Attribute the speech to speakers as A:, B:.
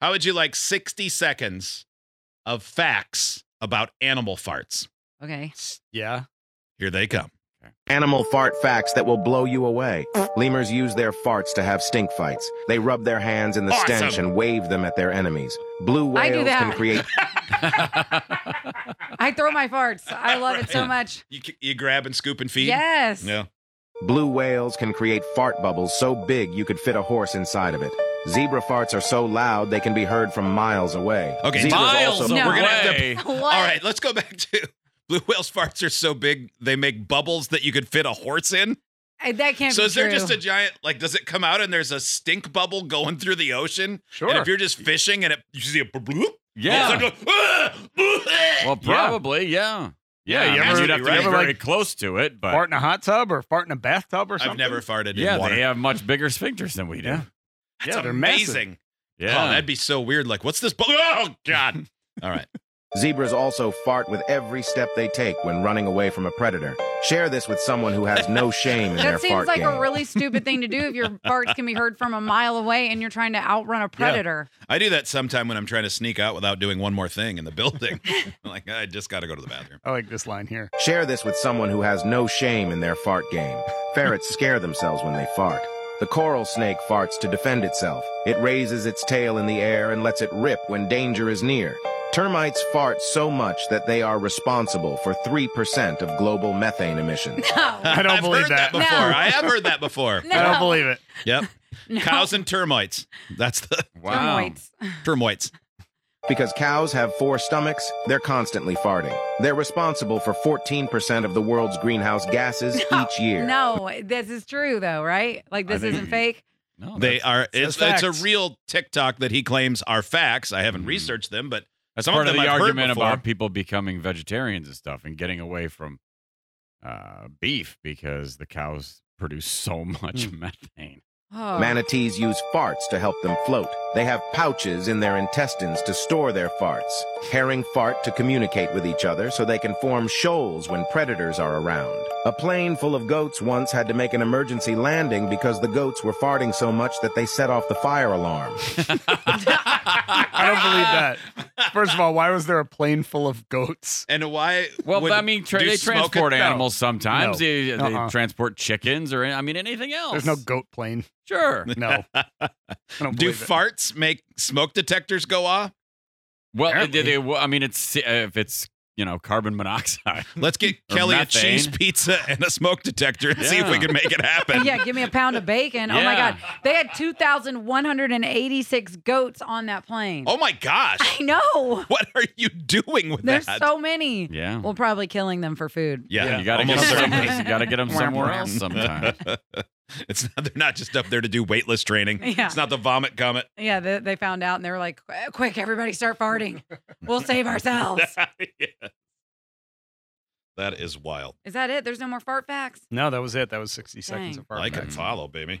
A: How would you like 60 seconds of facts about animal farts?
B: Okay.
C: Yeah.
A: Here they come.
D: Animal fart facts that will blow you away. Lemurs use their farts to have stink fights. They rub their hands in the stench
A: Awesome.
D: and wave them at their enemies. Blue
B: I do
D: whales can
B: that.
D: create
B: I throw my farts. I love it so
A: Right.
B: much.
A: You, c- you grab and scoop and feed?
B: Yes.
A: Yeah.
D: blue whales can create fart bubbles so big you could fit a horse inside of it. Zebra farts are so loud they can be heard from miles away.
A: Okay,
D: Zebras
C: Miles
D: also
C: away.
B: No.
A: We're gonna have to-
B: What?
A: All right, let's go back to blue whales' farts are so big they make bubbles that you could fit a horse in.
B: I- that can't
A: So
B: be
A: is there
B: true.
A: just a giant like? Does it come out and there's a stink bubble going through the oocean?
C: Sure.
A: And if you're just fishing and it, you see a bloop.
E: Yeah.
A: it's like a- ah, bleh.
E: Well,
C: Yeah.
E: probably, yeah.
C: Yeah,
E: I
C: you
E: mean,
A: ever-
E: you'd have to
A: you
E: be
A: ever,
E: very
C: like,
E: close to it, but
C: Fart in a hot tub or fart in a bathtub or something.
A: I've never farted
E: yeah,
A: in water.
E: they have much bigger sphincters than we do.
C: Yeah.
A: That's
C: yeah, they're massive.
A: amazing.
E: Yeah.
A: Oh, that'd be so weird. Like, what's this? bu- Oh God! All right.
D: Zebras also fart with every step they take when running away from a predator. Share this with someone who has no shame in their
B: That seems
D: fart
B: like
D: game.
B: a really stupid thing to do if your farts can be heard from a mile away and you're trying to outrun a predator.
A: I do that sometime when I'm trying to sneak out without doing one more thing in the building. I'm like, I just got to go to the bathroom.
C: I like this line here.
D: Share this with someone who has no shame in their fart game. Ferrets scare themselves when they fart. The coral snake farts to defend itself. It raises its tail in the air and lets it rip when danger is near. Termites fart so much that they are responsible for 3% of global methane emissions.
B: No.
C: I don't
A: I've
C: believe
A: heard that,
C: that.
A: before.
B: No.
A: I have heard that before.
B: No.
C: I don't believe it.
A: Yep.
B: No.
A: Cows and termites. That's the
E: wow.
B: Termites.
A: termites.
D: Because cows have four stomachs, they're constantly farting. They're responsible for 14% of the world's greenhouse gases each year.
B: No, this is true though, right? Like
E: I
B: this
E: think-
B: isn't fake.
E: No,
A: They
E: that's-
A: are. It's, it's
C: that's
A: a
C: Oh, facts.
A: real TikTok that he claims are facts. I haven't
E: Hmm.
A: researched them, but
E: That's
A: Some
E: part
A: of
E: of,
A: them
E: the
A: I've heard
E: argument
A: before.
E: about people becoming vegetarians and stuff and getting away from uh, beef because the cows produce so much methane.
B: Oh.
D: Manatees use farts to help them float. They have pouches in their intestines to store their farts. Herring fart to communicate with each other so they can form shoals when predators are around. A plane full of goats once had to make an emergency landing because the goats were farting so much that they set off the fire alarm.
C: I don't believe that. First of all, why was there a plane full of goats?
A: and why?
E: Well,
A: would-
E: I mean, tra-
A: do
E: they
A: smoke
E: transport
A: it? No.
E: animals sometimes.
C: No.
E: They, they
C: Uh-uh.
E: transport chickens or, I mean, anything
B: Oh.
E: else.
C: There's no goat plane.
E: Sure.
C: No. I don't
A: Do
C: believe it.
A: farts make smoke detectors go off?
E: Well,
C: Apparently.
E: they, they, I mean, it's uh, if it's, you know, carbon monoxide.
A: Let's get
E: Or
A: Kelly
E: methane.
A: a cheese pizza and a smoke detector and see if we
E: Yeah.
A: can make it happen.
B: Yeah, give me a pound of bacon. Oh my
E: Yeah.
B: god. They had 2,186 goats on that plane.
A: Oh my gosh!
B: I know.
A: What are you doing with
B: There's
A: that?
B: so many.
E: Yeah.
B: Well, probably killing them for food.
A: yeah,
E: you gotta get
A: almost
E: them
A: certainly.
E: someplace. You gotta get them somewhere else sometime.
A: it's not, they're not just up there to do weightless training.
B: Yeah.
A: It's not the vomit comet.
B: Yeah, they, they found out and they were like, "Qu- quick, everybody start farting. We'll save ourselves.
A: Yeah. That is wild.
B: Is that it? There's no more fart facts?
C: No, that was it. That was 60 seconds
B: Dang.
C: of fart.
A: I can
C: facts.
A: follow, baby.